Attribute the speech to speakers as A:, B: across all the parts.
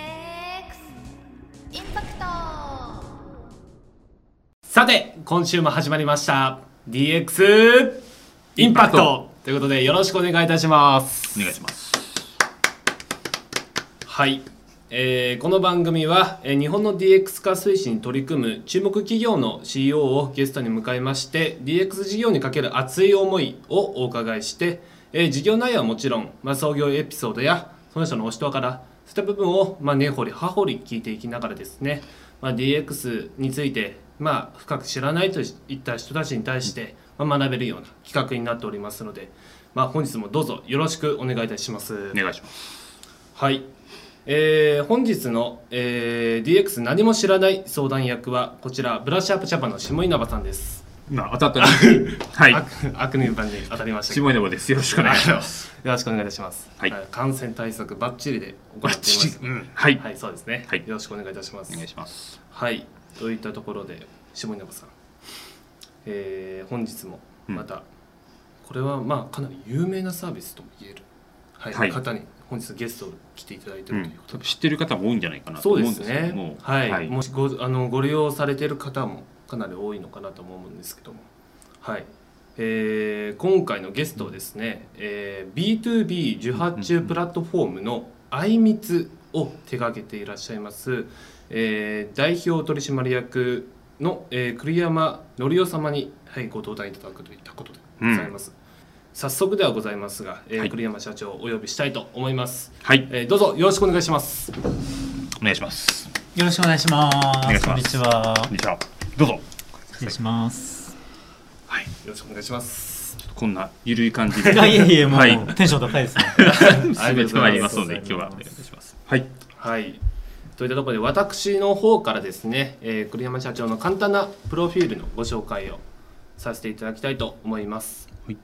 A: DX インパクト
B: さて今週も始まりました DX インパクト
C: インパ
B: ということでよろしくお願いいたします
C: お願いします
B: はい、えーこの番組は、えー日本の DX 化推進に取り組む注目企業の CEO をゲストに迎えまして DX 事業にかける熱い思いをお伺いして、えー事業内容はもちろん、まあ、創業エピソードやその人のお人柄からそういった部分を、まあ、根掘り葉掘り聞いていきながらですね、まあ、DX について、まあ、深く知らないといった人たちに対して、まあ、学べるような企画になっておりますので、まあ、本日もどうぞよろしくお願いいたします。
C: お願いします
B: はい、えー本日の、えー DX 何も知らない相談役はこちらブラッシュアップジャパンの下稲葉さんです、
C: 今当たったねはい
B: 悪悪名番に当たりました
C: 下稲葉ですよろしくお願いします
B: すよろしくお願いいたします、
C: はい
B: 感染対策バッチリで行っています
C: うんはい
B: はいそうですね、
C: はい
B: よろしくお願いいたします
C: お願いします
B: はいといったところで下稲葉さん、えー本日もまた、これはまあかなり有名なサービスとも言える、はい
C: はい
B: 方に本日ゲストを来ていただいて
C: う
B: ると
C: ん
B: いうこと
C: 多
B: で
C: 分、知ってる方も多いんじゃないかなと
B: そう
C: 思う
B: で
C: んですすけど
B: ね
C: も。
B: はい、
C: はい
B: もしごあのご利用されている方もかなり多いのかなとも思うんですけども、はい。えー今回のゲストをですね、えー B2B 受発注プラットフォームのあいみつを手掛けていらっしゃいます、えー代表取締役の、えー栗山則夫様に、はい、ご登壇いただくといったことでございます。早速ではございますが、えー
C: はい
B: 栗山社長をお呼びしたいと思います、
C: はい
B: えーどうぞよろしくお願いします。
C: お願いします
D: よろしくお願いします。
C: お願いし
D: こ
C: ます
D: んにちは
C: こん。にちはどうぞ
D: 失礼します。
B: はい、よろしくお願いします。
C: こんなゆるい感じで
D: いやいやいや、もう、
C: はい
D: テンション高いですね。
C: 進めてまいりますので今日はお願いしますはい
B: はい。といったところで私の方からですね、えー栗山社長の簡単なプロフィールのご紹介をさせていただきたいと思います。
C: はい。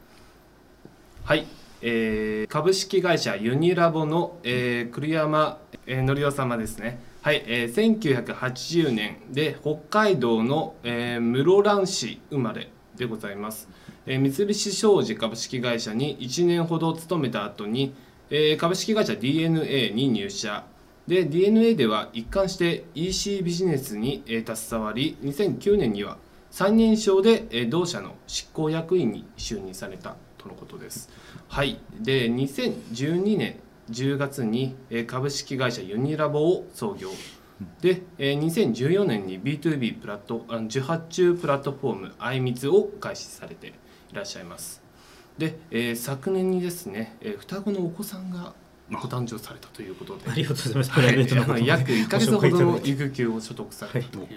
B: はい。えー株式会社ユニラボの、えー栗山えー則夫様ですね。はい、えー1980年で北海道の、えー室蘭市生まれでございます。えー三菱商事株式会社に1年ほど勤めた後に、えー株式会社 DNA に入社で DNA では一貫して EC ビジネスに、えー携わり2009年には三人称で、えー同社の執行役員に就任されたとのことです。はい、で2012年10月に、えー株式会社ユニラボを創業で、えー2014年に B2B プラットあの受発注プラットフォームあいみつを開始されていらっしゃいます。で、えー昨年にですね、えー双子のお子さんがご誕生されたということで、
D: ありがとうございます。プライベートなこと
B: はい
D: もね
B: 約1か月
D: ご
B: ほ
D: 紹介い
B: ど
D: ただ
B: の
D: いて
B: 育休を所得されたという、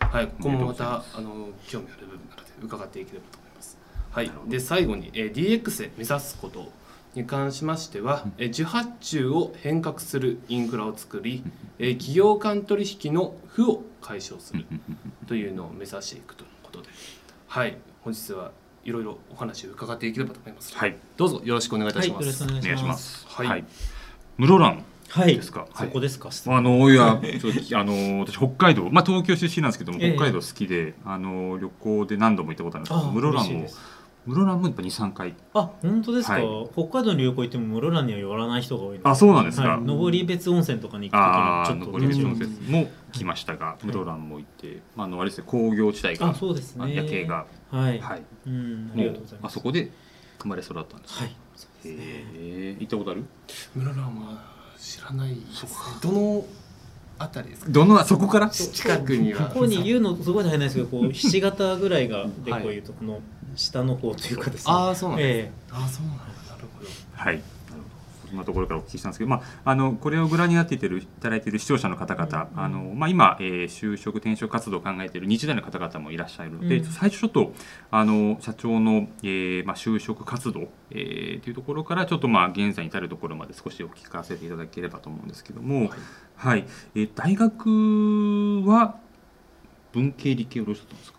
B: はいここもまたあの興味ある部分なので伺っていければと思います。はい、で最後に、えー DX で目指すことに関しましては、えー受発注を変革するインフラを作り、えー企業間取引の負を解消するというのを目指していくということで、はい、本日はいろいろお話を伺っていければと思います。
C: はい
B: どうぞよろしくお願いいた
D: はい、
B: し
D: よ
B: ま
D: ろし
B: す。
D: くお願
C: お
D: いし
C: 願いし
D: ま。
C: ますす
B: はい
C: 室蘭
D: はい、
C: ですか
D: そこですか。
C: あのいやちょっとあ の私北海道まあ東京出身なんですけども
D: ええ
C: 北海道好きであの旅行で何度も行ったことあるんですけど
D: あ
C: 室
D: 嬉しい
C: 蘭
D: で
C: も
D: す
C: 室蘭もやっぱ23回
D: あ、本当ですか、
C: はい
D: 北海道に旅行行っても室蘭には寄らない人が多いの
C: あそうなんですか
D: はい、登別温泉とかに行
C: あ
D: く
C: あ
D: ときにちょっと
C: 残り別の
D: うん
C: 説も来ましたが、室蘭も行って、まあ、あのあれですね工業地帯が
D: あ、そうですね。
C: 夜景が、
D: はい。
C: はい、
D: うん、あ
C: も
D: りがとう
C: う
D: ござい
C: あ
D: ます。
C: そこで生まれ育ったんです。
D: はい。
C: へえ行ったことある？
B: 室蘭は知らないです、ね。どのあたりですか。
C: どのそこから？
B: 近くには。
D: ここに言うのすごい大変なんですけど、 こうひし形ぐらいがでこ
B: はいう
D: いうとこの下の方というかですね。
B: ああ、そうなんです、
D: え
B: ああ、そうなんだ。なるほど。
C: はい。なるほどそんなところからお聞きしたんですけど、まあ、あのこれをご覧になっていてるいただいている視聴者の方々、
D: うん
C: あのまあ、今、えー就職、転職活動を考えている20代の方々もいらっしゃるので、
D: うん
C: 最初ちょっとあの社長の、えーまあ、就職活動、えーというところからちょっと、まあ、現在に至るところまで少しお聞かせていただければと思うんですけど
B: は
C: も、はいいえー大学は文系理系をどうしたんですか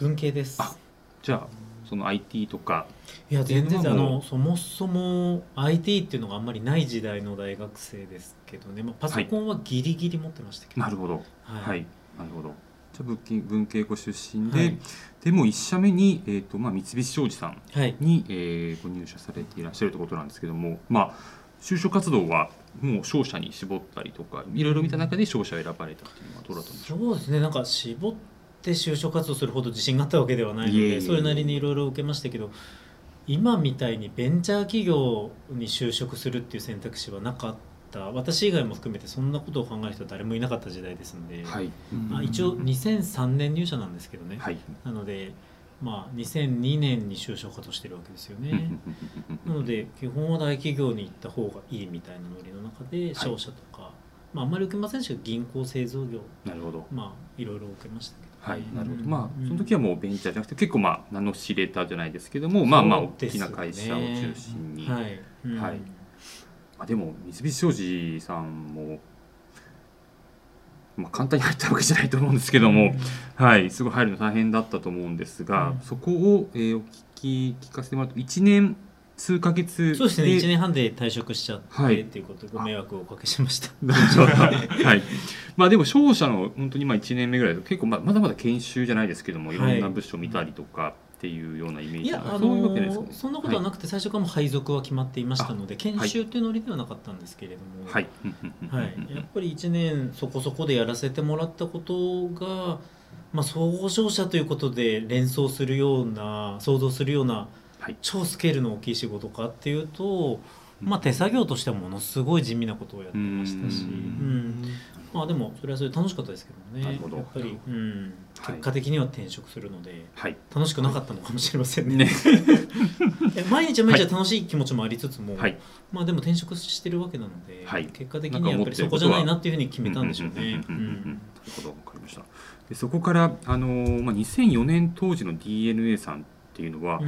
D: え文系です。
C: あじゃあその IT とか
D: いや全然
C: 電話
D: あ
C: も
D: のそもそも IT っていうのがあんまりない時代の大学生ですけどね、まあ、パソコンはギリギリ持ってましたけど、
C: なるほど
D: はい
C: はい、なるほど。じゃあ文系文系ご出身で、
D: はい
C: でも一社目にえっ、とまあ三菱商事さん
D: はい
C: に、えーご入社されていらっしゃるということなんですけども、まあ就職活動はもう商社に絞ったりとかいろいろ見た中で商社を選ばれたっていうのはどうだったんでしょう
D: そうですねなんか絞って就職活動するほど自信があったわけではないので
C: いえいえいえ
D: それなりにいろいろ受けましたけど今みたいにベンチャー企業に就職するっていう選択肢はなかった私以外も含めてそんなことを考える人は誰もいなかった時代ですので、
C: はい、
D: まあ、一応2003年入社なんですけどね、
C: はい
D: なので、まあ、2002年に就職活動してるわけですよね。
C: うんうんうん
D: なので基本は大企業に行った方がいいみたいなノリの中で商社とか、まあ、あんまり受けませんでしたけど銀行製造業
C: なるほど
D: まあいろいろ受けましたけど
C: は
D: ね、
C: い、なるほど。まあ
D: うん
C: その時はもうベンチャーじゃなくて結構まあ名の知れたじゃないですけども、まあまあ
D: そ
C: 大
D: うです
C: き
D: よ
C: な
D: ね
C: 会社を中心に。
D: はい、うん
C: はいまあでも三菱商事さんもまあ簡単に入ったわけじゃないと思うんですけども、はい、すごい入るの大変だったと思うんですが、
D: うん
C: そこを、えーお聞き聞かせてもらうと1年数ヶ月
D: そうですね1年半で退職しちゃって、
C: はい
D: っていうことでご迷惑をおかけしました
C: なるほど はいまあ、でも商社の本当にまあ1年目ぐらいだと結構ままだまだ研修じゃないですけどもいろんな部署見たりとかっていうようなイメー
D: い
C: ジ
D: や、あ
C: そういうわ
D: の
C: けないですかね
D: そんなことはなくて、最初からもう配属は決まっていましたので研
C: はい
D: 修というノリではなかったんですけれども、
C: はい、
D: はいやっぱり1年そこそこでやらせてもらったことが、まあ、総合商社ということで連想するような想像するような
C: はい
D: 超スケールの大きい仕事かっていうと、まあ、手作業としてはものすごい地味なことをやってましたし、
C: う
D: うんんまあ、でもそれはそれで楽しかったですけどね
C: なるほど
D: やっぱり、うん、
C: はい
D: 結果的には転職するので。
C: はい、
D: 楽しくなかったのかもしれませんね
C: ね
D: え毎日は毎日は楽しい気持ちもありつつも、
C: はい
D: まあでも転職してるわけなので、
C: はい
D: 結果的にはやっぱりそこじゃないなっていうふうに決めたんでしょうね。
C: う
D: うん
C: うんうんうんうん
D: ん
C: なるほど、わかりました。でそこからあのーまあ2004年当時の DNA さんっていうのは、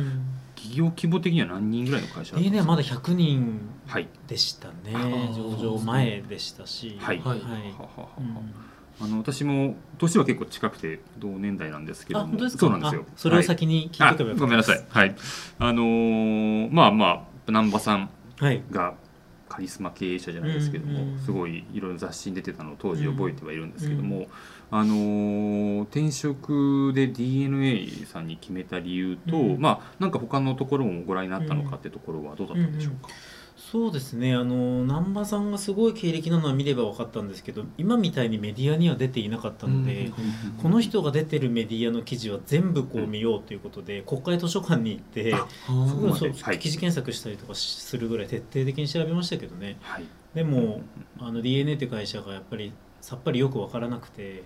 C: 企業規模的には何人ぐらいの会社だったんで
D: DNA
C: す
D: は
C: か
D: まだ100人
C: はい
D: でしたね、
B: あ
D: 上場前でしたし、
C: はい
D: はい
C: ははは
D: うん
C: あの私も年は結構近くて同年代なんですけど
D: あ
C: も
D: 本当ですか
C: そうなんですよ
D: あそれを
C: はい
D: 先に聞いとけば
C: あ
D: よ
C: ご
D: か
C: めん
D: っ
C: な
D: た
C: さ
D: です
C: いはいあのーまあまあ南波さん
D: はい
C: がカリスマ経営者じゃないですけども、
D: うんうん
C: すごいいろいろ雑誌に出てたのを当時覚えてはいるんですけども、あのー転職で DNA さんに決めた理由と、
D: うん
C: まあなんか他のところもご覧になったのかってところはどうだったんでしょうか、
D: そうですねあの難波さんがすごい経歴なのは見れば分かったんですけど今みたいにメディアには出ていなかったので、この人が出てるメディアの記事は全部こう見ようということで、国会図書館に行って
C: あ
D: そこ
C: まで
D: そう
C: はい
D: 記事検索したりとかするぐらい徹底的に調べましたけどね
C: はい
D: でもあの DNA って会社がやっぱりさっぱりよく分からなくて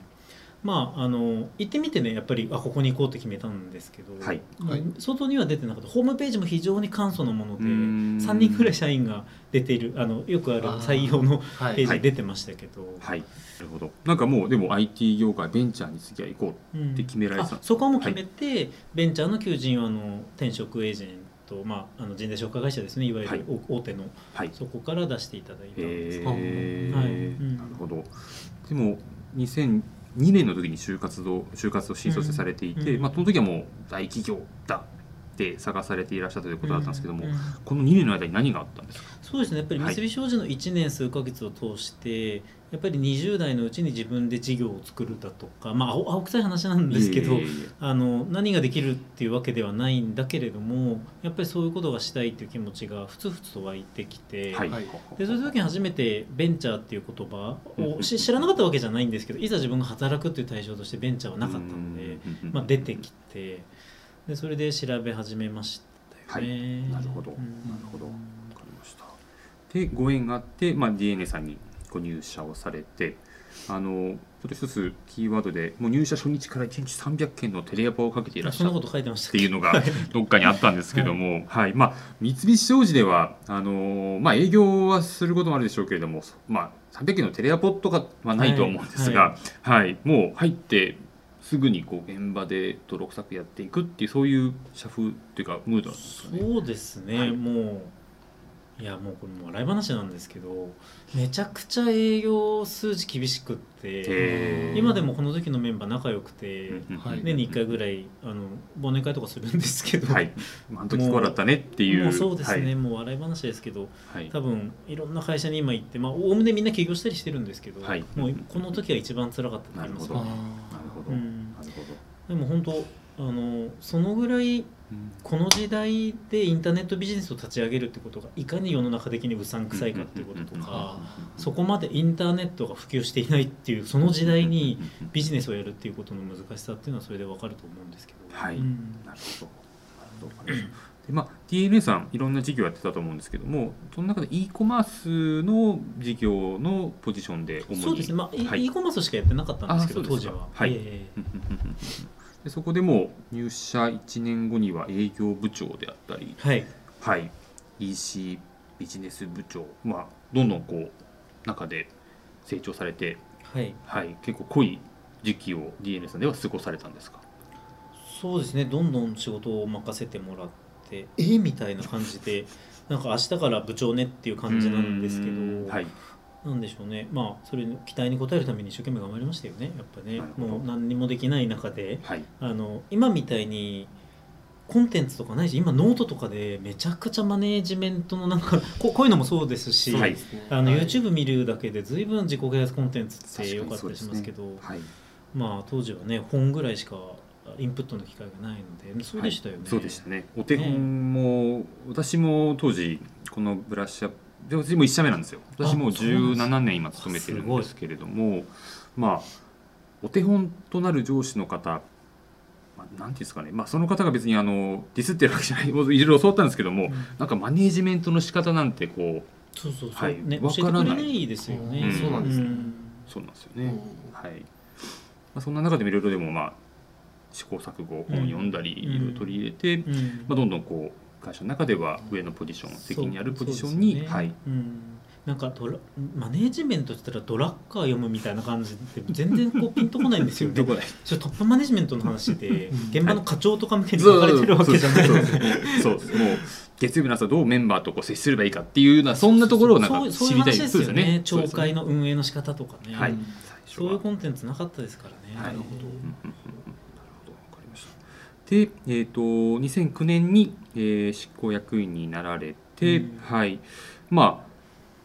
D: まああの行ってみてねやっぱりあここに行こうって決めたんですけど、
C: はい
B: はい
D: 外には出てなかったホームページも非常に簡素なもので
C: うーん
D: 3人ぐらい社員が出ているあのよくある
B: あー
D: 採用の
B: は
D: ペー
B: い
D: ジに出てましたけど。
C: はいなるほどなんかもうでも IT 業界ベンチャーに次は行こう
D: うん
C: で決められてた
D: あそこはもう決めて、ベンチャーの求人はあの転職エージェント、まあ、あの人材紹介会社ですねいわゆ
C: はい
D: るお大手の、
C: はい
D: そこから出していただいたんです
C: へ
D: けど、
C: ー
D: はいうん
C: なるほどでも2002年の時に就活を就活を新卒されていて、
D: うん
C: まあ、その時はもう大企業だって探されていらっしゃったということだったんですけども、
D: ううん
C: この2年の間に何があったんですか、
D: そうですねやっぱり
C: はい
D: 三菱商事の1年数ヶ月を通して、やっぱり20代のうちに自分で事業を作るだとか、まあ、青青臭い話なんですけど、
C: いえいえいえ
D: あの何ができるっていうわけではないんだけれどもやっぱりそういうことがしたいっていう気持ちがふつふつと湧いてきて。
C: はい
B: はい
D: でそういう時に初めてベンチャーっていう言葉をし知らなかったわけじゃないんですけどいざ自分が働くっていう対象としてベンチャーはなかったので、まあ、出てきてでそれで調べ始めましたよね。
C: なるほど、
D: うん
C: なるほどわかりましたでご縁があって、まあ、DNA さんにご入社をされてあのちょっと一つキーワードでもう入社初日から1日300件のテレアポをかけていらっし
D: そ
C: ゃ
D: ん
C: っ
D: なこと書いてまし
C: ったていうのがどっかにあったんですけども、はいまあ、三菱商事ではあのーまあ、営業はすることもあるでしょうけれども、そまあ、300件のテレアポとかはないとは思うんですが、はいもう入ってすぐにこう現場で泥臭くやっていくっていうそういう社風っていうかムードなんですよね。
D: そうですね、
C: はい
D: もういやもうこれもう笑い話なんですけどめちゃくちゃ営業数字厳しくって
C: へー
D: 今でもこの時のメンバー仲良く
C: うんう
D: て
C: んうん
B: はい
D: 年に1回ぐらいあの忘年会とかするんですけど、
C: はい、あの時こうだったねっていう。
D: もうそうですね、もう笑い話ですけど
C: はい。はい
D: 多分いろんな会社に今行ってまあおおむねみんな起業したりしてるんですけど、
C: はい
D: もうこの時が一番辛かったと思います
C: なる
B: あ
C: ほなるほど。
D: うん
C: なるほど。
D: でも本当あのそのぐらいこの時代でインターネットビジネスを立ち上げるってことがいかに世の中的にうさんくさいかっていうこととかそこまでインターネットが普及していないっていうその時代にビジネスをやるっていうことの難しさっていうのはそれでわかると思うんですけど。
C: はい
D: うん
C: なるほど。なるほど。でまあ、DNA さんいろんな事業やってたと思うんですけどもその中で e コマースの事業のポジションで主に
D: そうですね、まあ、
C: はい
D: e コマースしかやってなかったんですけど
C: あそう
D: 当
C: です
D: 時
C: か
D: は、
C: はい
D: ええ
C: でそこでもう入社1年後には営業部長であったり、
D: はい、
C: はい、EC ビジネス部長、まあ、どんどんこう中で成長されて、
D: はい、
C: はい、結構濃い時期を DNA さんでは過ごされたんですか
D: そうですねどんどん仕事を任せてもらってええみたいな感じでなんか明日から部長ねっていう感じなんですけ
C: うーん
D: ど、
C: はい、
D: なんでしょうねまあそれの期待に応えるために一生懸命頑張りましたよねやっぱね
C: なるほど
D: もう何にもできない中で
C: はい、
D: あの今みたいにコンテンツとかないし今ノートとかでめちゃくちゃマネージメントのなんか ここういうのもそうですし、
C: はい
B: すね
D: あの
B: はい
D: YouTube 見るだけで随分自己啓発コンテンツって良かっ
C: 確
D: た
C: に
D: りしますけど
C: そうですねはい
D: まあ当時はね本ぐらいしかインプットの機会がないのでそうでしたよね、
C: はいそうでしたねお手本も、私も当時このブラッシュアップで私も1社目なんですよ私もう
D: あそうなんです
C: 17年今勤めてるんですけれどもまあお手本となる上司の方まあなんていうんですかね、まあ、その方が別にあのディスってるわけじゃないもういろいろ教わったんですけども、
D: うん
C: なんかマネージメントの仕方なんてこう
D: そうそうそう、
C: はい
D: ね教
C: わ
D: えて
C: か
D: く
C: ら
D: れ
C: ない
D: ないですよね、
C: うんそうなん
B: ですね
C: そうなんですよ
B: う
C: ね、
B: ん
C: はいまあ、そんな中でもいろいろでもまあ試行錯誤本を読んだり
D: うん
C: いろいろ取り入れて、
D: うん
C: まあ、どんどんこう会社の中では上のポジション責任あるポジション
D: そう
C: に、
D: ですよね
C: はい、
D: うんなんかドラマネージメントって言ったらドラッカー読むみたいな感じで全然こうピンとこないんですよね
C: どこだ
D: それトップマネジメントの話で
B: うん
D: 現場の課長とかみたいに書かれてるわけじゃない
C: そうそうそうそうもう月曜日の朝どうメンバーとこう接すればいいかっていうようなそんなところをなん
D: そう
C: か
D: そう
C: 知
D: いう
C: りたい
D: 話ですよね懲戒
C: の、
D: の運営の仕方とかね、
C: はい、
D: そういうコンテンツなかったですからね、
C: はい
D: なるほど
C: うんうんうんうんなるほどわかりましたで、えー、と2009年に、えー執行役員になられて、
D: うん
C: はいまあ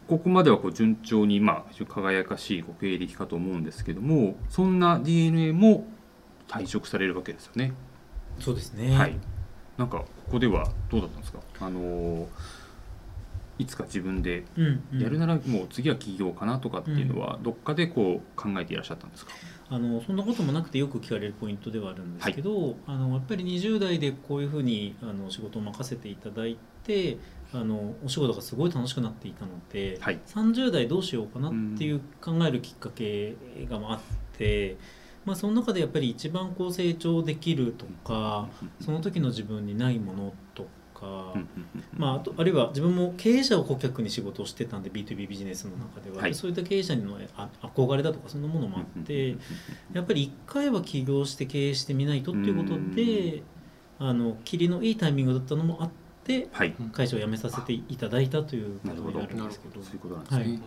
C: ここまではこう順調に、まあ、非常に輝かしいご経歴かと思うんですけどもそんな DNA も退職されるわけですよね。
D: そうですね、
C: はい、なんかここではどうだったんですか、あのーいつか自分で
D: うんうん
C: やるならもう次は起業かなとかっていうのはどっかでこう考えていらっしゃったんですか、
D: あのそんなこともなくてよく聞かれるポイントではあるんですけど、あのやっぱり20代でこういうふうにあの仕事を任せていただいてあのお仕事がすごい楽しくなっていたので、
C: はい
D: 30代どうしようかなっていう考えるきっかけがあって、まあ、その中でやっぱり一番こう成長できるとかその時の自分にないものとか。
C: うんうんうんうん
D: まあ、あとあるいは自分も経営者を顧客に仕事をしてたんで B2B ビジネスの中では、
C: はい
D: そういった経営者のあ憧れだとかそんなものもあって、やっぱり一回は起業して経営してみないとっていうことであの霧のいいタイミングだったのもあって
C: はい、
D: 会社を辞めさせていただいたというこ
C: なる
D: と
C: ほ
D: に
C: ど
D: なるんですけど
C: そういうことなんですね。
D: は
C: わ、
D: い
C: か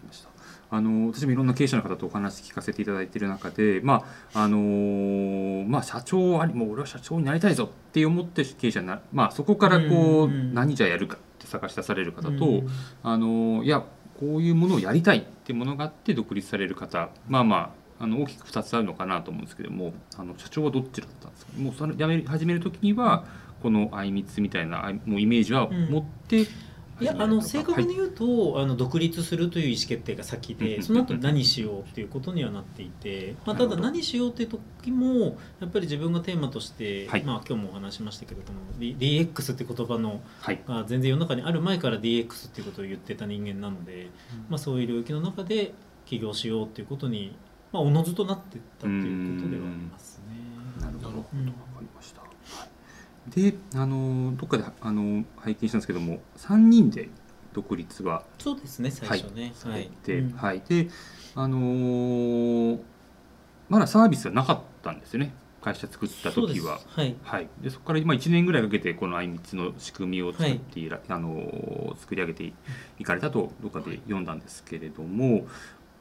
C: りました。あの私もいろんな経営者の方とお話聞かせていただいている中で、まああのまあ社長ありもう俺は社長になりたいぞって思って経営者にな、まあそこからこう、
D: うんうん
C: 何じゃやるかって探し出される方と、
D: うん
C: あのいやこういうものをやりたいってものがあって独立される方、まあまああの大きく二つあるのかなと思うんですけども、あの社長はどっちだったんですか。もうそれ辞め始めるときにはこのあいみつみたいなあいもうイメージは持って始
D: い
C: めら
D: や
C: れたか、
D: あの正確
C: は
D: に
C: い
D: 言うと、あの独立するという意思決定が先
C: うん
D: でその後何しようっていうことにはなっていて、まあ、
C: なるほ
D: た
C: ど
D: だ何しようっていう時もやっぱり自分がテーマとして、
C: はい
D: まあ、今日もお話しましたけれども D- DX って言葉の
C: はい
D: が全然世の中にある前から DX っていうことを言ってた人間なので、まあ、そういう領域の中で起業しようっていうことに、まあ、おのずとなってったっていうことではありますね。
C: なるほど、わか
D: うん
C: りました。で、あのどっかであの拝見したんですけども、三人で独立は
D: そうですね最初ね、
C: さ
D: はい
C: れて、はい、
D: うん
C: で、あのーまだサービスはなかったんですよね。会社作った
D: そうで
C: 時
D: す
C: は。
D: はい
C: はい、でそこから今1年ぐらいかけてこのあいみつの仕組みを作っていら、あのー作り上げていいかれたとどっかで読んだんですけれども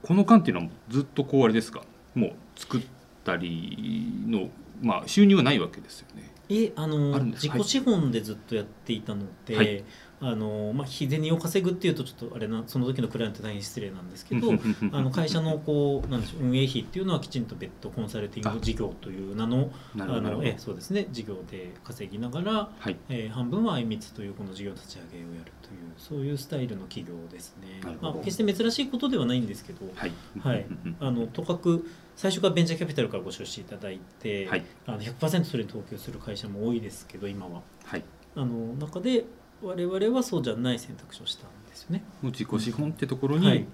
C: この間っていうのはずっとこうあれですかもう作ったりの、まあ、収入はないわけですよね。
D: えあの
C: あるんです
D: 自己資本でずっとやっていたので、
C: はい
D: あのまあ、日銭を稼ぐっていうとちょっとあれなその時のクライアントに大変失礼なんです けどあの会社のこうなんでしょう運営費っていうのはきちんと別途コンサルティング事業という名の
C: な
D: あ
C: るほどなるほど
D: のえそうですね事業で稼ぎながら、
C: はい
D: えー半分はあいみつというこの事業立ち上げをやるというそういうスタイルの企業ですね
C: なる。ほ
D: ま
C: ど
D: あ、決して珍しいことではないんですけど、
C: はい
D: はいあのとかく最初からベンチャーキャピタルからご出資いただいて、
C: はい
D: あの100%それに投球する会社も多いですけど今は
C: はい
D: あの中で我々はそうじゃない選択肢をしたんですよね。
C: もう自己資本ってところに、
D: はい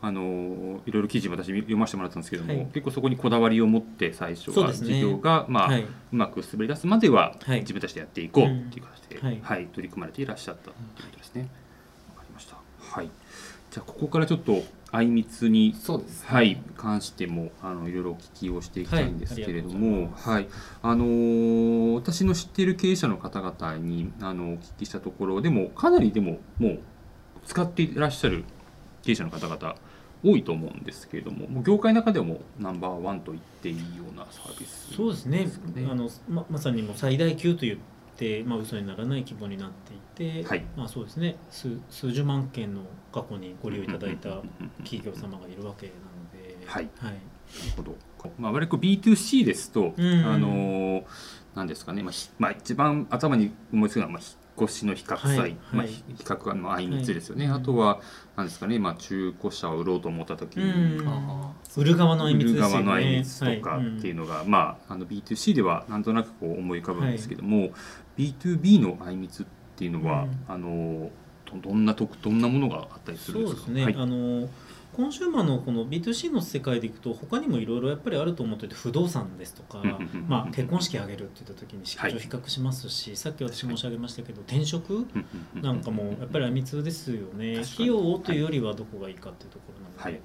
C: あのいろいろ記事私読ませてもらったんですけども、
D: はい
C: 結構そこにこだわりを持って最初
D: そう
C: は
D: ですね
C: 事業が、まあ
D: は
C: う
D: い
C: まく滑り出すまでは
D: はい
C: 自分たちでやっていこうっていう形で、
D: うんはい
C: はい取り組まれていらっしゃったということですね。わかりました。はい。じゃあここからちょっとあいみつに
B: そうです
C: はい、関してもあのいろいろお聞きをしていきたいんですけれども、はいあのー私の知っている経営者の方々にあのお聞きしたところでもかなりでももう使っていらっしゃる経営者の方々多いと思うんですけれどももう業界の中でもナンバーワンと言っていいようなサービス
D: そうですね
C: かね
D: あのままさにもう最大級と言って、まあ嘘にならない規模になっていて、
C: はい
D: まあ、そうですね数数十万件の過去にご利用いただ
C: う
D: い
C: んうん
D: た
C: うんうんうん
D: 企業様がいるわけなので、
C: はい
D: は
C: な
D: い
C: るほど。まあ、我々こう B2C ですと、
D: うん
C: あのなんですかね、まあ、ひまあ、一番頭に思いつくのは、まあ、引っ越しの比較祭、
D: はい
C: まあ、
D: はい
C: ひ比較がのあいみつですよね。
D: はい
C: あとは、なんですかね、まあ、中古車を売ろうと思った時
D: う
C: に。
D: ん
B: あ
D: 売る側のあ
C: 売
D: いみつ
C: る
D: ですよ
C: 側
D: ね
C: のあいみつとか
D: は
C: っていうのが、まあ、あの B2C ではなんとなくこう思い浮かぶんですけども、B2B のあいみつっていうのは、
D: うん
C: あのどどんな特どんなものがあったりするんで
D: そう
C: すか
D: ですね、
C: はい
D: あのコンシューマーのこの B2C の世界でいくと他にもいろいろやっぱりあると思ってて不動産ですとか
C: うんうんうんうん、
D: まあ、結婚式挙げるって言った時に式
C: はい
D: 場比較しますし、さっき私申し上げましたけど転職
C: うんうう
D: なんかもやっぱりあ密ですよね
C: 確かに
D: 費用をというよりはどこがいいかっていうところなので、
C: はい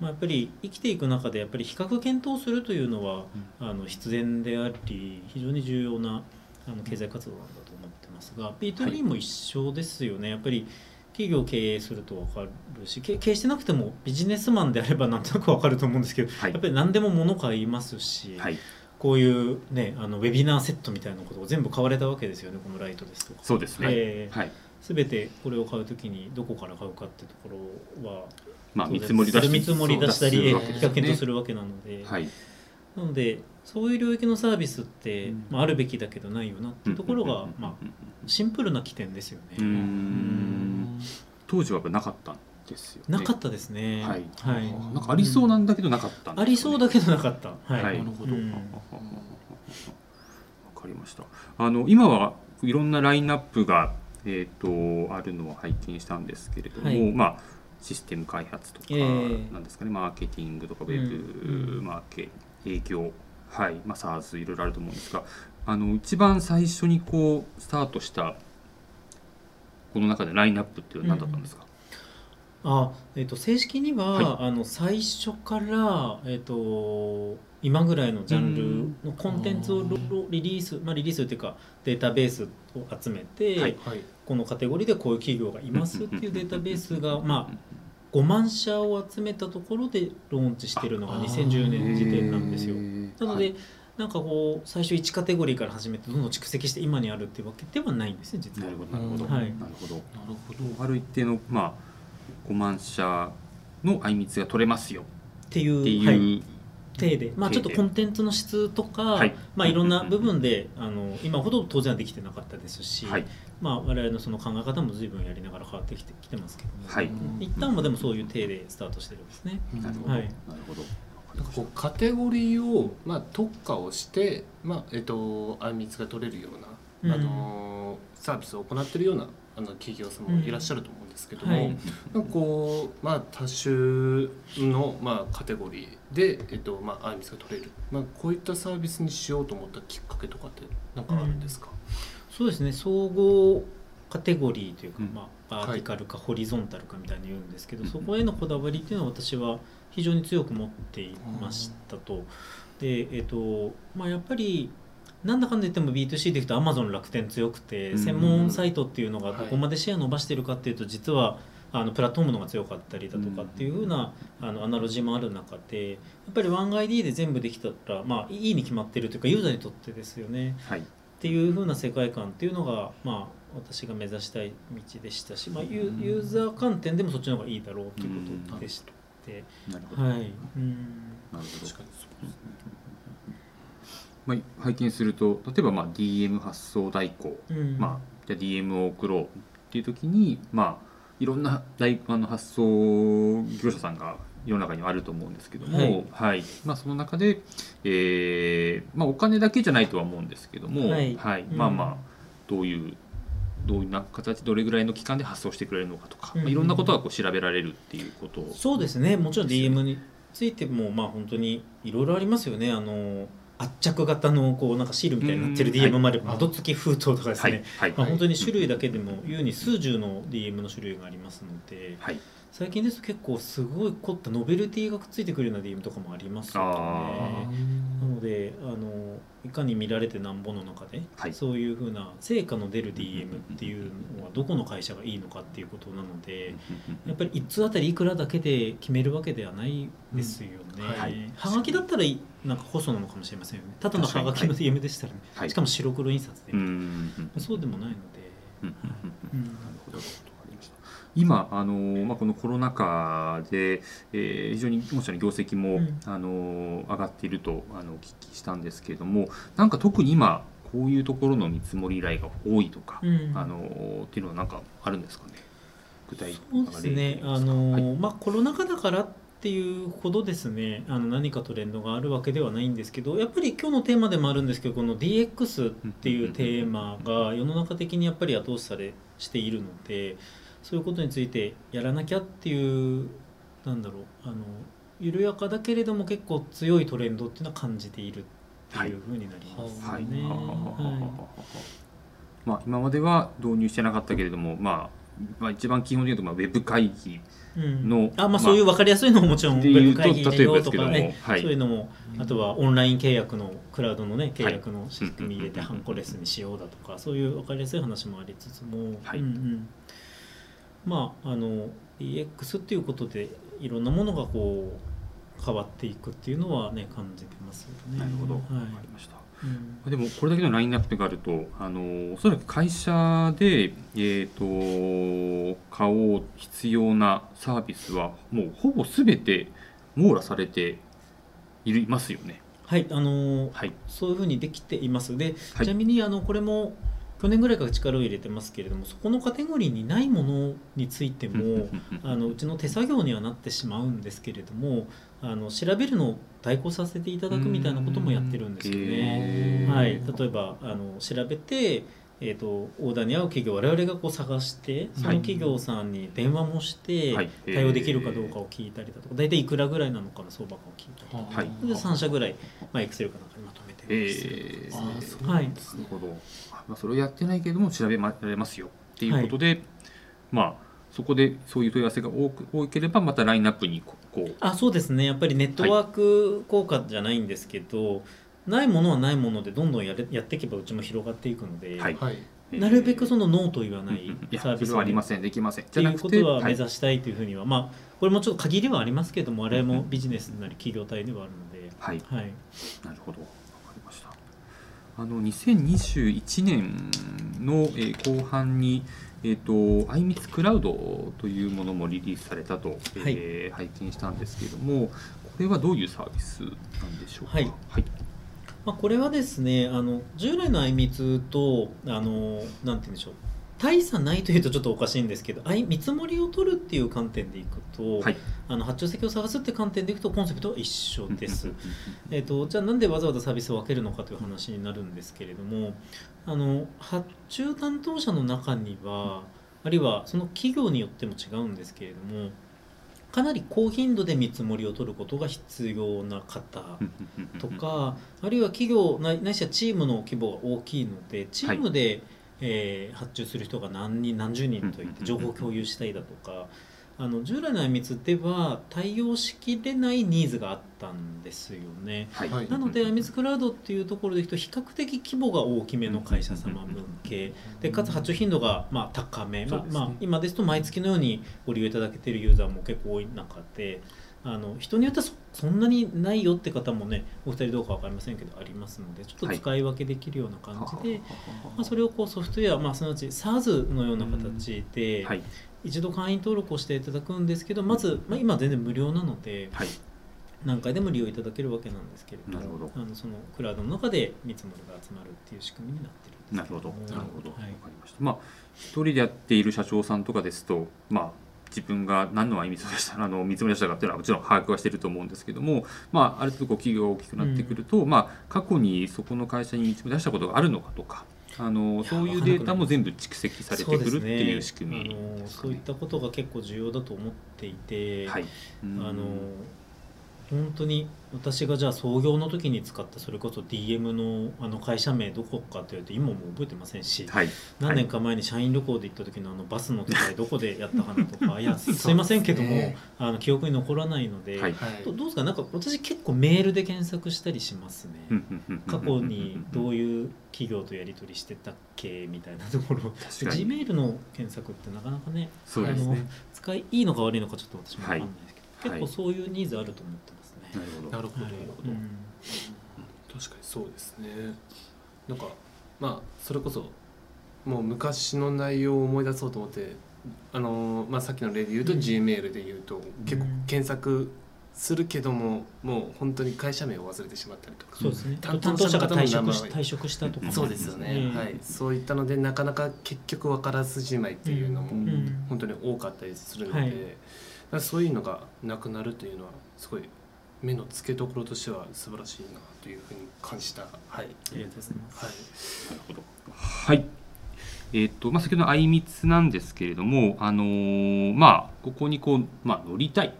D: まあ、やっぱり生きていく中でやっぱり比較検討するというのは、
C: う
D: あの必然であり非常に重要なあの経済活動なんだと思ってますが B2B も一緒ですよね、やっぱり企業を経営すると分かるしけ経営してなくてもビジネスマンであればなんとなく分かると思うんですけど、
C: はい
D: やっぱり何でも物買いますし、
C: はい、
D: こういう、ね、あのウェビナーセットみたいなことを全部買われたわけですよねこのライトですとか。
C: そうですね。
D: えー
C: はい、
D: 全てこれを買うときにどこから買うかってところは、
C: まあ、
D: そう
C: 見
D: です
C: 積もり出し
D: 見積もり出したり
C: 出す
D: 比
C: わけです
D: 較
C: よね
D: 検討するわけなので、
C: はい、
D: なのでそういう領域のサービスって、
C: うん
D: まあ、あるべきだけどないよなっていうところが、まあ、シンプルな起点ですよ
C: うー
D: ね。
C: ん当時はやっぱなかったんですよね。
D: なかったですね。
C: はい
D: はい
B: た
C: なんかありそうなんだけどなかったんですよね
D: ありそうだけどなかった。はい。
C: は
B: あ
C: い
B: なるほど、
D: うん
C: わかりました。あの今はいろんなラインナップがえっ、とあるのを拝見したんですけれども、
D: はい
C: まあシステム開発とか、
D: ええ
C: なんですかね、マーケティングとかウェ
D: うん
C: ブ、
D: うん
C: マーケ営業、はい、まあ SaaS いろいろあると思うんですが、あの一番最初にこうスタートしたこの中でラインナップっていうのは何だったんですか。
D: あ、えっ、と正式には、
C: は
D: あの最初からえっ、と今ぐらいのジャンルのコンテンツをロロリリース、まあリリースっていうかデータベースを集めて、
C: はい
B: はい
D: このカテゴリーでこういう企業がいますっていうデータベースがまあ5万社を集めたところでローンチしてるのが
B: あ
D: 2010年時点なんですよ。なので、
C: はい
D: なんかこう最初1カテゴリーから始めてどんどん蓄積して今にあるってわけではないんですね実
C: な
D: は
C: る。ほどなるほど、
D: はい
C: なるほど。
B: なるほ
C: ある一定の、まあ、5万社のあいみつが取れますよ
D: っていう
C: って
D: はい
C: いう、
D: 体で、まあ、ち
C: 体
D: ょっ
C: で
D: とコンテンツの質とか、
C: はい
D: まあ、いろんな部分であの今ほど当然はできてなかったですし、
C: はい
D: まあ、我々のその考え方も随分やりながら変わってきてきてますけども、
C: はい
B: うん
D: 一旦はでもそういう体でスタートしてるんですね。
B: ど
C: なるほど、
D: はい
C: なるほど
B: なんかこうカテゴリーを、まあ、特化をして、まあえっとあいみつが取れるような、
D: うん
B: あのサービスを行っているようなあの企業様もいらっしゃると思うんですけども、
D: はい
B: なんかこう、まあ、多種の、まあ、カテゴリーで、えっとまあ、あいみつが取れる、まあ、こういったサービスにしようと思ったきっかけとかってなんかあるんですか、
D: そうですね総合カテゴリーというか、
C: うん
D: まあ、バーティカルかホリゾンタルかみたいに言うんですけど、そこへのこだわりっていうのは私は非常に強く持っていましたと。でえっとまあ、やっぱりなんだかんだ言っても B2C でいくとアマゾン楽天強くて
C: うん
D: 専門サイトっていうのが
B: はい
D: どこまでシェア伸ばしてるかっていうと実はあのプラットフォームの方が強かったりだとかっていうふうなあのアナロジーもある中でやっぱり 1ID で全部できたらまあいいに決まってるというかユーザーにとってですよね
C: はい
D: っていう風な世界観っていうのがまあ私が目指したい道でしたし、まあ、ユーユーザー観点でもそっちの方がいいだろうということでして、
C: なるほど、
D: はい、うん
C: なるほど
B: 確かにそう
C: まあ、拝見すると例えばまあ DM 発送代行、
D: うん
C: まあ、じゃあ DM を送ろうっていう時に、まあ、いろんな代あの発送業者さんが世の中にはあると思うんですけども、
D: は
C: はいいまあ、その中で、えーまあ、お金だけじゃないとは思うんですけども、
D: はい
C: まあまあどういう。どういうな形どれぐらいの期間で発送してくれるのかとか、まあいろんなことがこう調べられるっていうことを
D: そうですねもちろん DM についてもまあ本当にいろいろありますよねあの圧着型のこうなんかシールみたいになってる
C: うん
D: DM まで窓付き封筒とかですね、
C: はい
D: まあ、
C: はい
D: 本当に種類だけでも優に数十の DM の種類がありますので
C: はい
D: 最近ですと結構すごい凝ったノベルティがくっついてくるような DM とかもありますよ
C: あ
D: ね。なのであのいかに見られてなんぼの中で、
C: はい
D: そういうふうな成果の出る DM っていうのはどこの会社がいいのかっていうことなので。やっぱり1通あたりいくらだけで決めるわけではないですよね、
B: うんはい
D: はがきだったらいなんか細なのかもしれませんよねただのはがきの DM でしたらね、
C: はい
D: しかも白黒印刷で、
C: うんうん
D: そうでもないので、
C: うんうんうん
D: うん
C: なるほど。わかりました今、あのまあ、このコロナ禍で、えー非常にもちろん業績も、
D: うん
C: あの上がっているとあのお聞きしたんですけれどもなんか特に今こういうところの見積もり依頼が多いとか、
D: うん
C: あのっていうのはなんかあるんですかね具体的
D: そう
C: な
D: で
C: 例
D: す
C: ってい
D: ね
C: い、
D: あ
C: すか
D: の
C: はい
D: まあ、コロナ禍だからっていうほどですねあの何かトレンドがあるわけではないんですけどやっぱり今日のテーマでもあるんですけどこの DX っていうテーマが世の中的にやっぱり後押しされしているのでそういうことについてやらなきゃっていうなんだろうあの緩やかだけれども結構強いトレンドっていうのは感じているっていうふうになります
C: はい
D: ね。は
C: まあ、今までは導入してなかったけれども、まあ、まあ一番基本的に言うと、まあ、ウェブ会議
D: いうん
C: の
D: あま
C: ま
D: あ、
C: あ
D: そういう分かりやすいのももちろん
C: でいうと
D: ウェブ会議
C: 例えばですけ
D: と
C: ども、
D: かね
C: はい
D: そういうのもあとはオンライン契約のクラウドのね契約のシステム入れて
C: うんうん
D: ハ
C: うんうん
D: ンコレスにしようだとかそういう分かりやすい話もありつつも、
C: はい
D: うんうんまああの DX っていうことでいろんなものがこう変わっていくっていうのはね感じてますよね。
C: なるほど、
D: は
C: わ
D: い
C: かりました
D: うん
C: でもこれだけのラインナップがあるとあのおそらく会社で、えー、と買おう必要なサービスはもうほぼ全て網羅されていますよね。
D: はい、あの
C: はい、
D: そういうふうにできていますで、
C: はい
D: ちなみにあのこれも去年ぐらいから力を入れてますけれどもそこのカテゴリーにないものについてもあのうちの手作業にはなってしまうんですけれどもあの調べるのを代行させていただくみたいなこともやってるんですよね。
C: えー
D: はい、例えばあの調べてえー、とオーダーに合う企業我々がこう探してその企業さんに電話もして
C: はい
D: 対応できるかどうかを聞いたりだとか大体いくらぐらいなのかの相場かを聞いたり
B: は
C: はい
D: で3社ぐらい、まあ、Excel かなんかにまとめて
C: え
D: おする
C: ー
B: あーそう
D: はい
C: なるほど、あまあ、それをやってないけれども調べられますよっていうことで、まあそこでそういう問い合わせが多く多ければまたラインナップにこうこう
D: あそうですねやっぱりネットワーク効果じゃないんですけど、ないものはないものでどんどんやれやっていけばうちも広がっていくので、
C: はい
B: はい
D: なるべくそ
C: の
D: のノーと言わない
C: サ
D: サ
C: ー
D: ー
C: ビ
D: ビ
C: ス
D: ス
C: はありま
D: っ
C: せんできません
D: ていうことは目
C: い
D: 指したいというふうには、まあこれもちょっと限りはありますけども我々もビジネスなり企業体ではあるので、
C: はい、
D: はい、
C: なるほど、わかりました。あの2021年の、えー後半に、えっ、と、あいみつクラウドというものもリリースされたと、えー拝見したんですけれども。これはどういうサービスなんでしょうか。
D: はい
C: はい、
D: まあ、これはですねあの従来のあいみつとあのなんて言うんでしょう大差ないというとちょっとおかしいんですけどあい見積もりを取るっていう観点でいくと、
C: はい
D: あの発注先を探すって観点でいくとコンセプトは一緒です
C: うんうんうん
D: えーとじゃあなんでわざわざサービスを分けるのかという話になるんですけれどもあの発注担当者の中にはあるいはその企業によっても違うんですけれどもかなり高頻度で見積もりを取ることが必要な方
C: うんうんうんうん
D: とか、あるいは企業ないないしはチームの規模が大きいのでチームで、えー発注する人が何人何十人といって情報共有したいだとかあの従来のあいみつでは対応しきれないニーズがあったんですよね。
C: はい
B: はい
D: なので、アミスクラウドっていうところでいくと、比較的規模が大きめの会社様向け、でかつ発注頻度がまあ高め、まあ
C: そうですね
D: まあ、今ですと毎月のようにご利用いただけているユーザーも結構多い中で、あの人によってはそそんなにないよって方もねお二人どうか分かりませんけどありますのでちょっと使い分けできるような感じで、まあ、それをこうソフトウェア、まあ、すなわち SARS のような形で、
C: はい
D: 一度会員登録をしていただくんですけどまず、まあ、今全然無料なので
C: はい
D: 何回でも利用いただけるわけなんですけれども
C: なるほど
D: あのそのクラウドの中で見積もりが集まるっていう仕組みになってるんで
C: な
D: す
C: るほど
D: けも
C: なるほどわか
D: はい
C: りましたまあ一人でやっている社長さんとかですとまあ自分が何の意味を出したあの見積もりを出したかっていうのはもちろん把握はしていると思うんですけども、まあ、ある程度こう企業が大きくなってくると、まあ、過去にそこの会社に見積もり出したことがあるのかとかあの
D: いや
C: そういうデータも全部蓄積されてくるっていう仕組み
D: そうですねあの
C: ですか
D: そうい
C: ね
D: ったことが結構重要だと思っていて、
C: はいうん
D: あの本当に私がじゃあ創業の時に使ったそれこそ DM のあの会社名どこかって言われて今もう覚えてませんし、
C: はい、
D: 何年か前に社員旅行で行った時のあのバスの手前どこでやったかな とかいやすいませんけども、
B: そうですね
D: あの記憶に残らないので、
C: はい
B: はい
D: どどうですかなんか私結構メールで検索したりしますね。
C: うんうんうんうん
D: 過去にどういう企業とやり取りしてたっけみたいなところ
C: 確かに
D: Gmail の検索ってなかなかね
C: そうですね
D: あの使いいいのか悪いのかちょっと私も分かんないで
C: は
D: すけど、
C: い
D: 結構そういうニーズあると思ってますね。
C: なるほど
B: なるほど、
D: はいうん
B: 確かにそうですねなんかまあそれこそもう昔の内容を思い出そうと思ってあのー、まあ、さっきの例で言うと、
D: うん
B: Gmail で言うと結構
D: うん
B: 検索するけども、もう本当に会社名を忘れてしまったりとか
D: そうですね、
B: 担
D: 担
B: 当
D: 当
B: 者
D: 者
B: の
D: が
B: 方の
D: 退
B: 名前
D: 職し退職したとかも
B: そうですよね、
D: うん
B: はい、そういったのでなかなか結局分からずじまいっていうの
D: う
B: も
D: ん
B: 本当に多かったりするので、
D: はい
B: だからそういうのがなくなるというのはすごい目の付けどころとしては素晴らしいなというふうに感じた、はい
D: ありがとうございます
B: はい、
C: はい。えっとまあ、先ほどのあいみつなんですけれども、あのーまあ、ここにこう、まあ、乗りたい、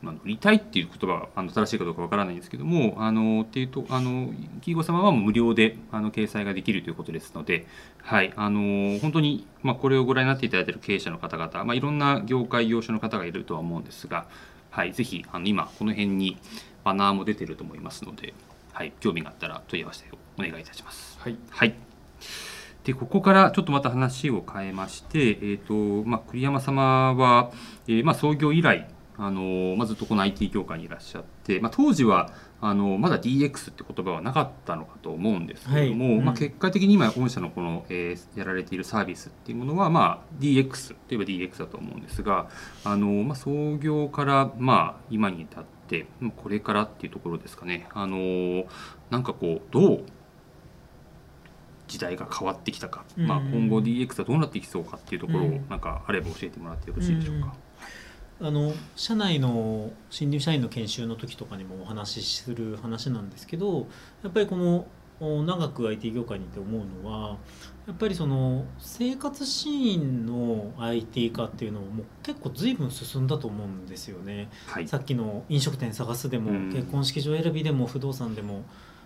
C: まあ、乗りたいっていう言葉はあの正しいかどうかわからないんですけども、あのーっていうとあの企業様は無料であの掲載ができるということですので、はいあのー本当に、まあ、これをご覧になっていただいている経営者の方々、まあ、いろんな業界、業種の方がいるとは思うんですが、はい、ぜひあの今、この辺にバナーも出てると思いますので、はい、興味があったら問い合わせをお願いいたします。
B: はい
C: はい。でここからちょっとまた話を変えまして、えーとまあ、栗山様は、えーまあ、創業以来、あのーまあずっとこの IT 業界にいらっしゃって、まあ、当時はあのーまだ DX って言葉はなかったのかと思うんですけれども、
D: はいうん
C: まあ、結果的に今御社のこの、えーやられているサービスっていうものは、まあ、DX といえば DX だと思うんですが、あのーまあ、創業から、まあ、今に至ってまあこれからっていうところですかね、あのーなんかこうどう時代が変わってきたか、まあ、
D: うん
C: 今後 DX はどうなっていきそうかっていうところを
D: うん
C: なんかあれば教えてもらってよろしいでしょうか。
D: あの社内の新入社員の研修の時とかにもお話しする話なんですけどやっぱりこのお長く IT 業界にいて思うのはやっぱりその生活シーンの IT 化っていうのも結構随分進んだと思うんですよね。
C: はい、
D: さっきの飲食店探すでも、
C: うん
D: 結婚式場選びでも不動産でも、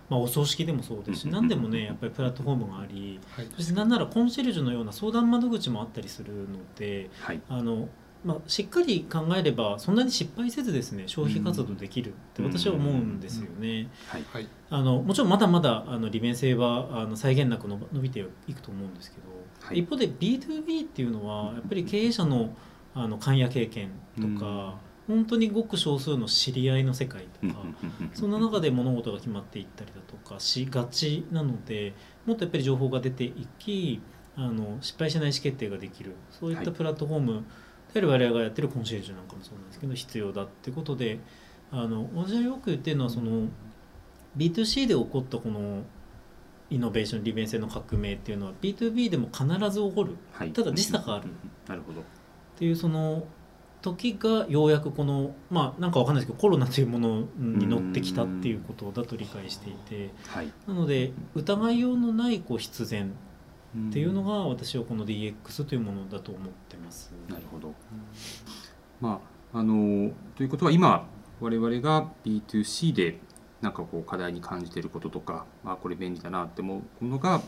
D: まあ、お葬式でもそうですし、
C: うん
D: 何でもねやっぱりプラットフォームがあり
B: はい
D: そして何ならコンシェルジュのような相談窓口もあったりするので
C: はい、
D: あの、まあ、しっかり考えればそんなに失敗せずですね消費活動できるって私は思うんですよね。
B: はい
D: あのもちろんまだまだあの利便性はあの際限なく伸ば伸びていくと思うんですけど、
C: はい
D: 一方で B2B っていうのはやっぱり経営者のあの関与経験とか、本当にごく少数の知り合いの世界とか、そんな中で物事が決まっていったりだとかしがちなのでもっとやっぱり情報が出ていきあの失敗しない意思決定ができるそういっ
C: は
D: た
C: い
D: プラットフォーム、いわゆる我々がやってるコンシェルジュなんかもそうなんですけど必要だってことであの私はよく言ってるのはその B2C で起こったこのイノベーション利便性の革命っていうのは B2B でも必ず起こる
C: はい
D: ただ時差がある。
C: なるほど。
D: っていうその時がようやくこのまあなんかわかんないですけどコロナというものに乗ってきたっていうことだと理解していて
C: はい。
D: なので疑いようのないこう必然
C: っ
D: っていうのが私はこの DX というものだと思ってます。
C: なるほど。まああのということは今我々が B2C でなんかこう課題に感じていることとか、まあこれ便利だなって思うものが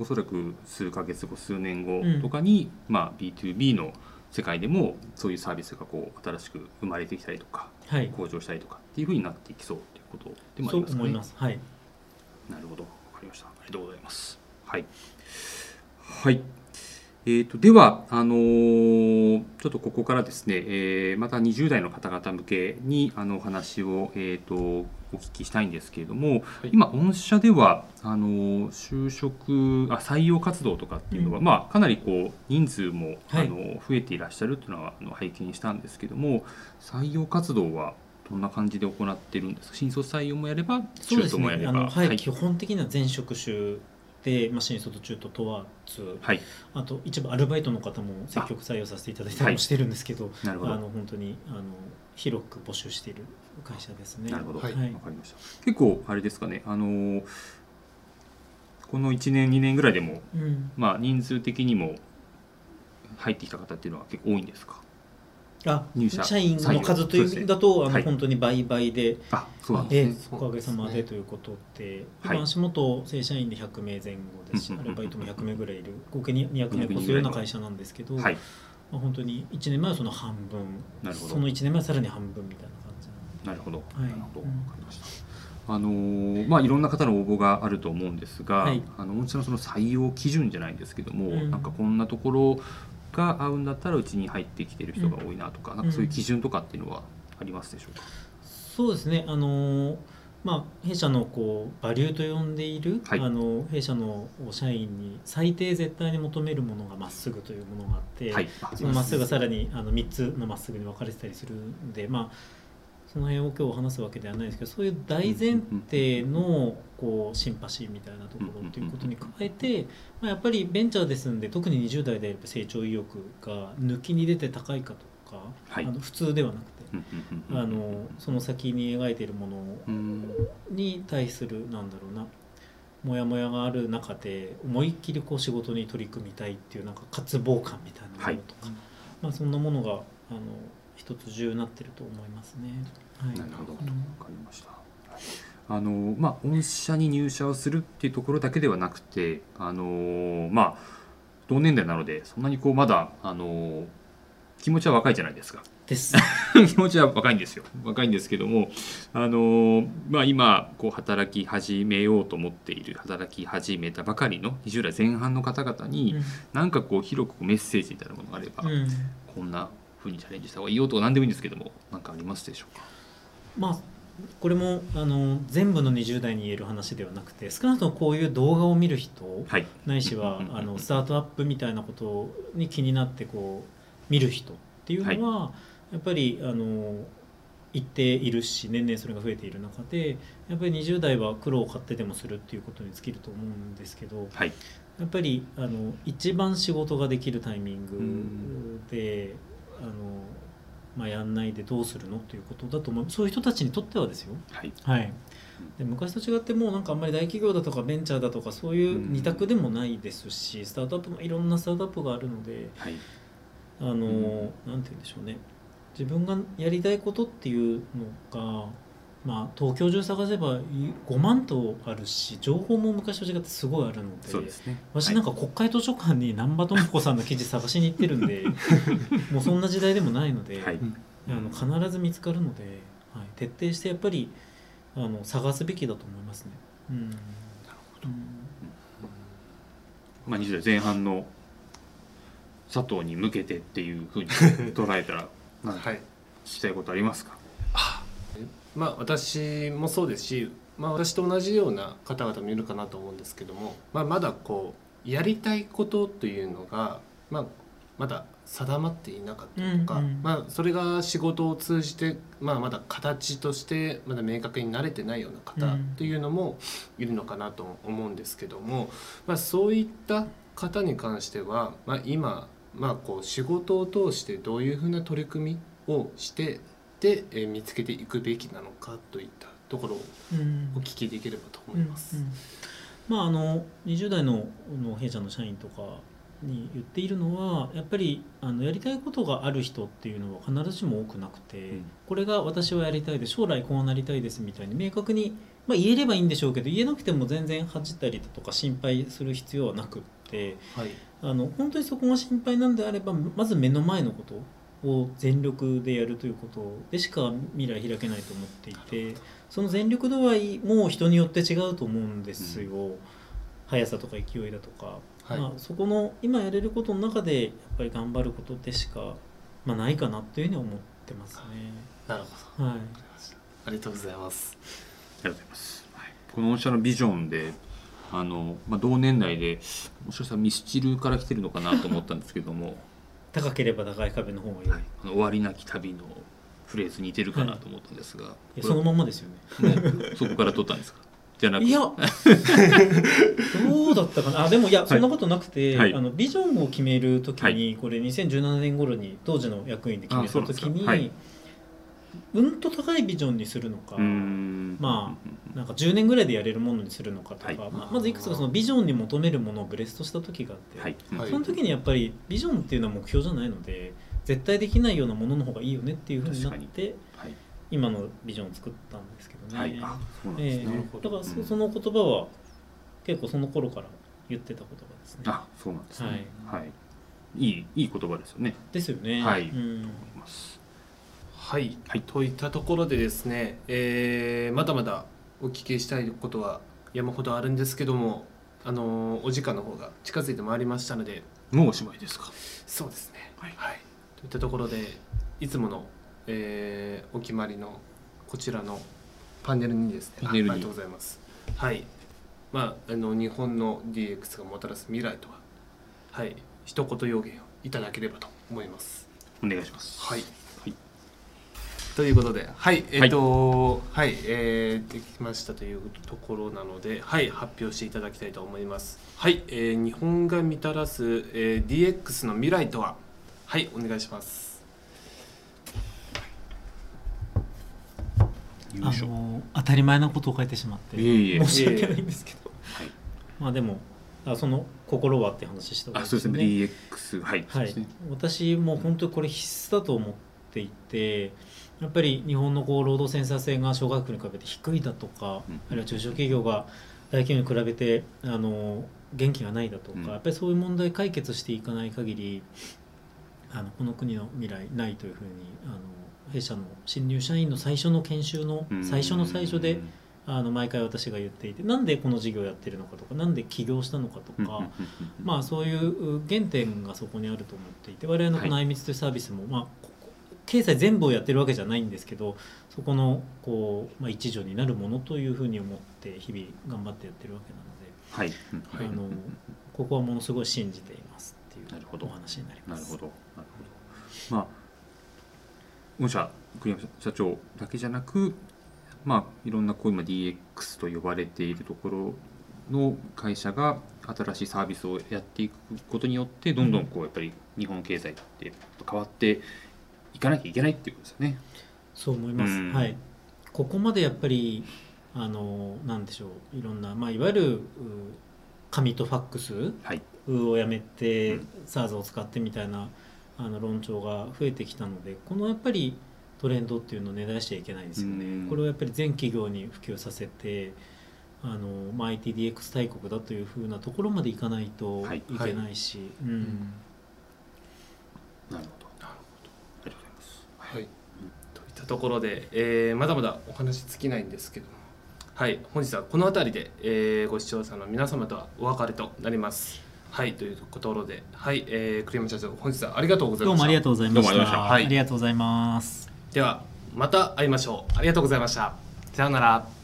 C: おそらく数ヶ月後数年後とかに、まあ B2B の世界でもそういうサービスがこう新しく生まれてきたりとか
D: はい、
C: 向上したりとかっていうふうになっていきそうということでもあ
D: そ
C: り
D: う
C: ますかね。
D: 思います。はい、
C: なるほど、わかりました。ありがとうございます。はい。はい。えー、とではあのーちょっとここからですね、えーまた20代の方々向けにあのお話を、えー、とお聞きしたいんですけれども、
B: はい
C: 今、御社ではあのー就職あ採用活動とかっていうのが、
D: うん
C: まあ、かなりこう人数も、
D: は
C: あ
D: い
C: の増えていらっしゃるというのはあの拝見したんですけども採用活動はどんな感じで行ってるんですか新卒採用もやれば
D: そうで
C: 中
D: す
C: 途もや
D: ね
C: れ
D: あ
C: ば、
D: の、はい
C: はい
D: 基本的には全職種で、まあ、新卒中途問わず
C: はい
D: あと一部アルバイトの方も積極採用させていただいたりもしてるんですけど
C: なるほど
D: あの本当にあの広く募集している会社ですね。
C: なるほど、
D: は
C: はいい、わかりました。結構あれですかね、あのーこの1年2年ぐらいでも、
D: うん、
C: まあ人数的にも入ってきた方っていうのは結構多いんですか。
D: あ
C: 入社
D: 社員の数という意味だと、
C: 採用そうですね
D: あの
C: はい
D: 本当に倍々で、
C: あ、そうなん
D: え
C: です
D: え
C: ね。
D: おかげさま
B: そうなんですね
D: でということで、
C: はい
D: 今足元正社員で100名前後ですし、
C: うんうん
D: ア
C: うんうん
D: ルバイトも100名ぐらいいる合計に200名超すような会社なんですけど、
C: はい、
D: まあ、本当に1年前はその半分
C: なるほど
D: その1年前はさらに半分みたいな感じなんで
C: なるほど、
D: い
C: なるほど、
D: う
C: わ
D: ん
C: かりました。あのーまあいろんな方の応募があると思うんですが、
D: はい
C: あのもちろんその採用基準じゃないですけども、
D: うん
C: なんかこんなところが合うんだったらうちに入ってきてる人が多いなとか、なんかそういう基準とかっていうのはありますでしょうか。
D: そうですね。あのーまあ弊社のこうバリューと呼んでいる、
C: はい
D: あの弊社の社員に最低絶対に求めるものがまっすぐというものがあって、
C: はい、あ
D: そのまっすぐがさらにあの3つのまっすぐに分かれてたりするんで、まあその辺を今日話すわけではないですけど、そういう大前提のこうシンパシーみたいなところということに加えて、まあやっぱりベンチャーですんで、特に20代でやっぱ成長意欲が抜きに出て高いかとか、
C: はい
D: あの普通ではなくて。
C: うんうんうん
D: あのその先に描いているもの
C: うん
D: に対するなんだろうなモヤモヤがある中で思いっきりこう仕事に取り組みたいっていうなんか渇望感みたいなものとか、まあ、そんなものがあの一つ重要になってると思いますね。はい、
C: なるほど、わ
D: うん
C: かりました。あのまあ御社に入社をするっていうところだけではなくて、あのまあ同年代なのでそんなにこうまだあの気持ちは若いじゃないですか。
D: です。
C: 気持ちは若いんですよ。若いんですけども、あのまあ今こう働き始めようと思っている働き始めたばかりの20代前半の方々に、なんかこう広くメッセージみたいなものがあれば、
D: うん
C: こんな風にチャレンジした方がいいよとか何でもいいんですけども、なんかありますでしょうか。
D: まあこれもあの全部の20代に言える話ではなくて少なくともこういう動画を見る人、
C: はい。
D: ないしは
C: うんうんうんうん
D: あのスタートアップみたいなことに気になってこう見る人っていうのは、やっぱりあの言っているし年々それが増えている中でやっぱり20代は苦労を買ってでもするっていうことに尽きると思うんですけど
C: はい。
D: やっぱりあの一番仕事ができるタイミングであの、まあ、やんないでどうするのということだと思うそういう人たちにとってはですよ。
C: はい。
D: はい、で昔と違ってもうなんかあんまり大企業だとかベンチャーだとかそういう二択でもないですし、スタートアップもいろんなスタートアップがあるので
C: はい。
D: あ
C: う
D: の、
C: ん
D: なんて言うんでしょうね自分がやりたいことっていうのが、まあ、東京中探せば5万とあるし情報も昔と違ってすごいあるので
C: そうですね。
D: 私なんか国会図書館に難波智子さんの記事探しに行ってるんで もうそんな時代でもないので。
C: はい。
D: あの必ず見つかるので、はい、徹底してやっぱりあの探すべきだと思いますね。うん、なるほど、
C: まあ20代前半の佐藤に向けてっていう ふうに捉えたら、なんか
B: はい
C: 聞きたいことありますか。
B: まあ、私もそうですし、まあ、私と同じような方々もいるかなと思うんですけども、まあ、まだこうやりたいことというのが、まあ、まだ定まっていなかったりとか、
D: うんうん
B: まあ、それが仕事を通じて、まあ、まだ形としてまだ明確に慣れてないような方
D: うん
B: というのもいるのかなと思うんですけども、まあ、そういった方に関しては、まあ、今、まあ、こう仕事を通してどういうふうな取り組みをしてで、えー見つけていくべきなのかといったところを
D: うん
B: お聞きできればと思います。
D: うんうんまああの20代のの弊社の社員とかに言っているのはやっぱりあのやりたいことがある人っていうのは必ずしも多くなくて、
C: うん
D: これが私はやりたいで将来こうなりたいですみたいに明確に、まあ、言えればいいんでしょうけど言えなくても全然恥じたりだとか心配する必要はなくって。
B: はい、
D: あの本当にそこが心配なんであればまず目の前のことを全力でやるということでしか未来開けないと思っていてその全力度合いも人によって違うと思うんですよ、速さとか勢いだとか
B: はい
D: まあ、そこの今やれることの中でやっぱり頑張ることでしか、まあ、ないかなというふうに思ってますね。
B: なるほど
D: はい、
B: ありがとうございます
C: ありがとうございます。はいこの御社のビジョンで、あのまあ、同年代で、もしかしたらミスチルから来てるのかなと思ったんですけども、
D: 高ければ高い壁の方がいい,、
C: はいあの終わりなき旅のフレーズ似てるかなと思ったんですが、
D: いや
C: こ
D: そ
C: れ
D: のまんまですよね。
C: ねそこから取ったんですかじゃなく
D: いやどうだったかなあでもいやそんなことなくて、
C: はい
D: あのビジョンを決めるときに、
C: は
D: これ2017年頃に当時の役員で決めたとき
C: あそうなんで
D: に
C: す
D: う,、
C: かはい
D: んと高いビジョンにするのか、
C: うーん
D: まなんか10年ぐらいでやれるものにするのかとか、
C: はい
D: まあまずいくつかそのビジョンに求めるものをブレストした時があって、
C: はい、
B: はい
D: その時にやっぱりビジョンっていうのは目標じゃないので絶対できないようなものの方がいいよねっていうふうになっ
C: 確
D: て
C: はい
D: 今のビジョンを作ったんですけどね、
C: はい、あそうなんです
D: ええ
C: ね、
B: なるほど
D: だから
C: う
D: そ
C: ん
D: その言葉は結構その頃から言ってた言葉ですね。
C: あそうなんですね
D: はい
C: はい、いいいい言葉ですよね
D: ですよね。
C: はい
D: うん
B: はい、
C: はい
B: といったところでですね、えーまだまだお聞きしたいことは山ほどあるんですけどもあのーお時間の方が近づいてまいりましたので
C: もうおしまいですか
B: そうですね
C: はい
B: といったところでいつもの、えーお決まりのこちらのパネルにですね
C: パネルに
B: あありがとうございますはいまああの日本の DX がもたらす未来とははい一言要言をいただければと思います
C: お願いします
B: はい。
C: はい
B: ということで、はい、えっ、と、はい、えーできましたというところなので、はい、発表していただきたいと思います。はい、えー日本がみたらす、えー DX の未来とは、はい、お願いします。
C: よ
D: あ
C: いしょ
D: の当たり前なことを書いてしまって
C: いえいえ
D: 申し訳ないんですけど、
C: いえ
D: まあでもあその心はって話した方がい
C: あ
D: い
C: そうですね DX はい、そう
D: は
C: で
D: い
C: すね、
D: 私もう本当にこれ必須だと思っていてやっぱり日本のこう労働生産性が小学校に比べて低いだとか、
C: うん
D: あるいは中小企業が大企業に比べてあの元気がないだと
C: う
D: か、
C: ん
D: やっぱりそういう問題解決していかない限りあのこの国の未来ないというふうにあの弊社の新入社員の最初の研修の
C: うん
D: 最初の最初であの毎回私が言っていてなんでこの事業やってるのかとかなんで起業したのかと
C: うん
D: か、
C: うん
D: まあ、そういう原点がそこにあると思っていて我々のこの
C: は
D: あいみつというサービスも、まあ、ここ経済全部をやってるわけじゃないんですけどそこのこう、まあ、一助になるものというふうに思って日々頑張ってやってるわけなので、
C: はい、うんはい
D: あのここはものすごい信じていますっていう
C: なるほど
D: お話になりま
C: なる
D: す。
C: ほど、なるほど。まあ、御社、栗山社長だけじゃなく、まあ、いろんなこう今 DX と呼ばれているところの会社が新しいサービスをやっていくことによって、どんどんこうやっぱり日本経済って変わっていかなきゃいけないっていうことですよね。
D: そう思います、
C: うん
D: はい、ここまでやっぱりあのなんでしょういろんな、まあ、いわゆるう紙とファックス
C: はい。
D: をやめて、
C: うん
D: SARS を使ってみたいなあの論調が増えてきたのでこのやっぱりトレンドっていうのを根絶やしちゃいけないんですよね、
C: うん
D: これをやっぱり全企業に普及させてあの、まあ、ITDX 大国だというふうなところまでいかないと
C: はい
D: いけないし、うん
C: なるほど。
B: なるほ
C: ありがとうございます。
B: はい、といったところで、えーまだまだお話尽きないんですけども、はい、本日はこの辺りで、えーご視聴者の皆様とはお別れとなります。はい、というところで、はい、えー、栗山社長、本日はありがとうござい
D: ど
B: ま
D: う
B: した。
D: もありがとうございまし
C: どうもありがと
B: ざ
C: うご
D: た
B: いました
D: ありがとうございます。
B: ではまた会いましょうありがとうございましたさようなら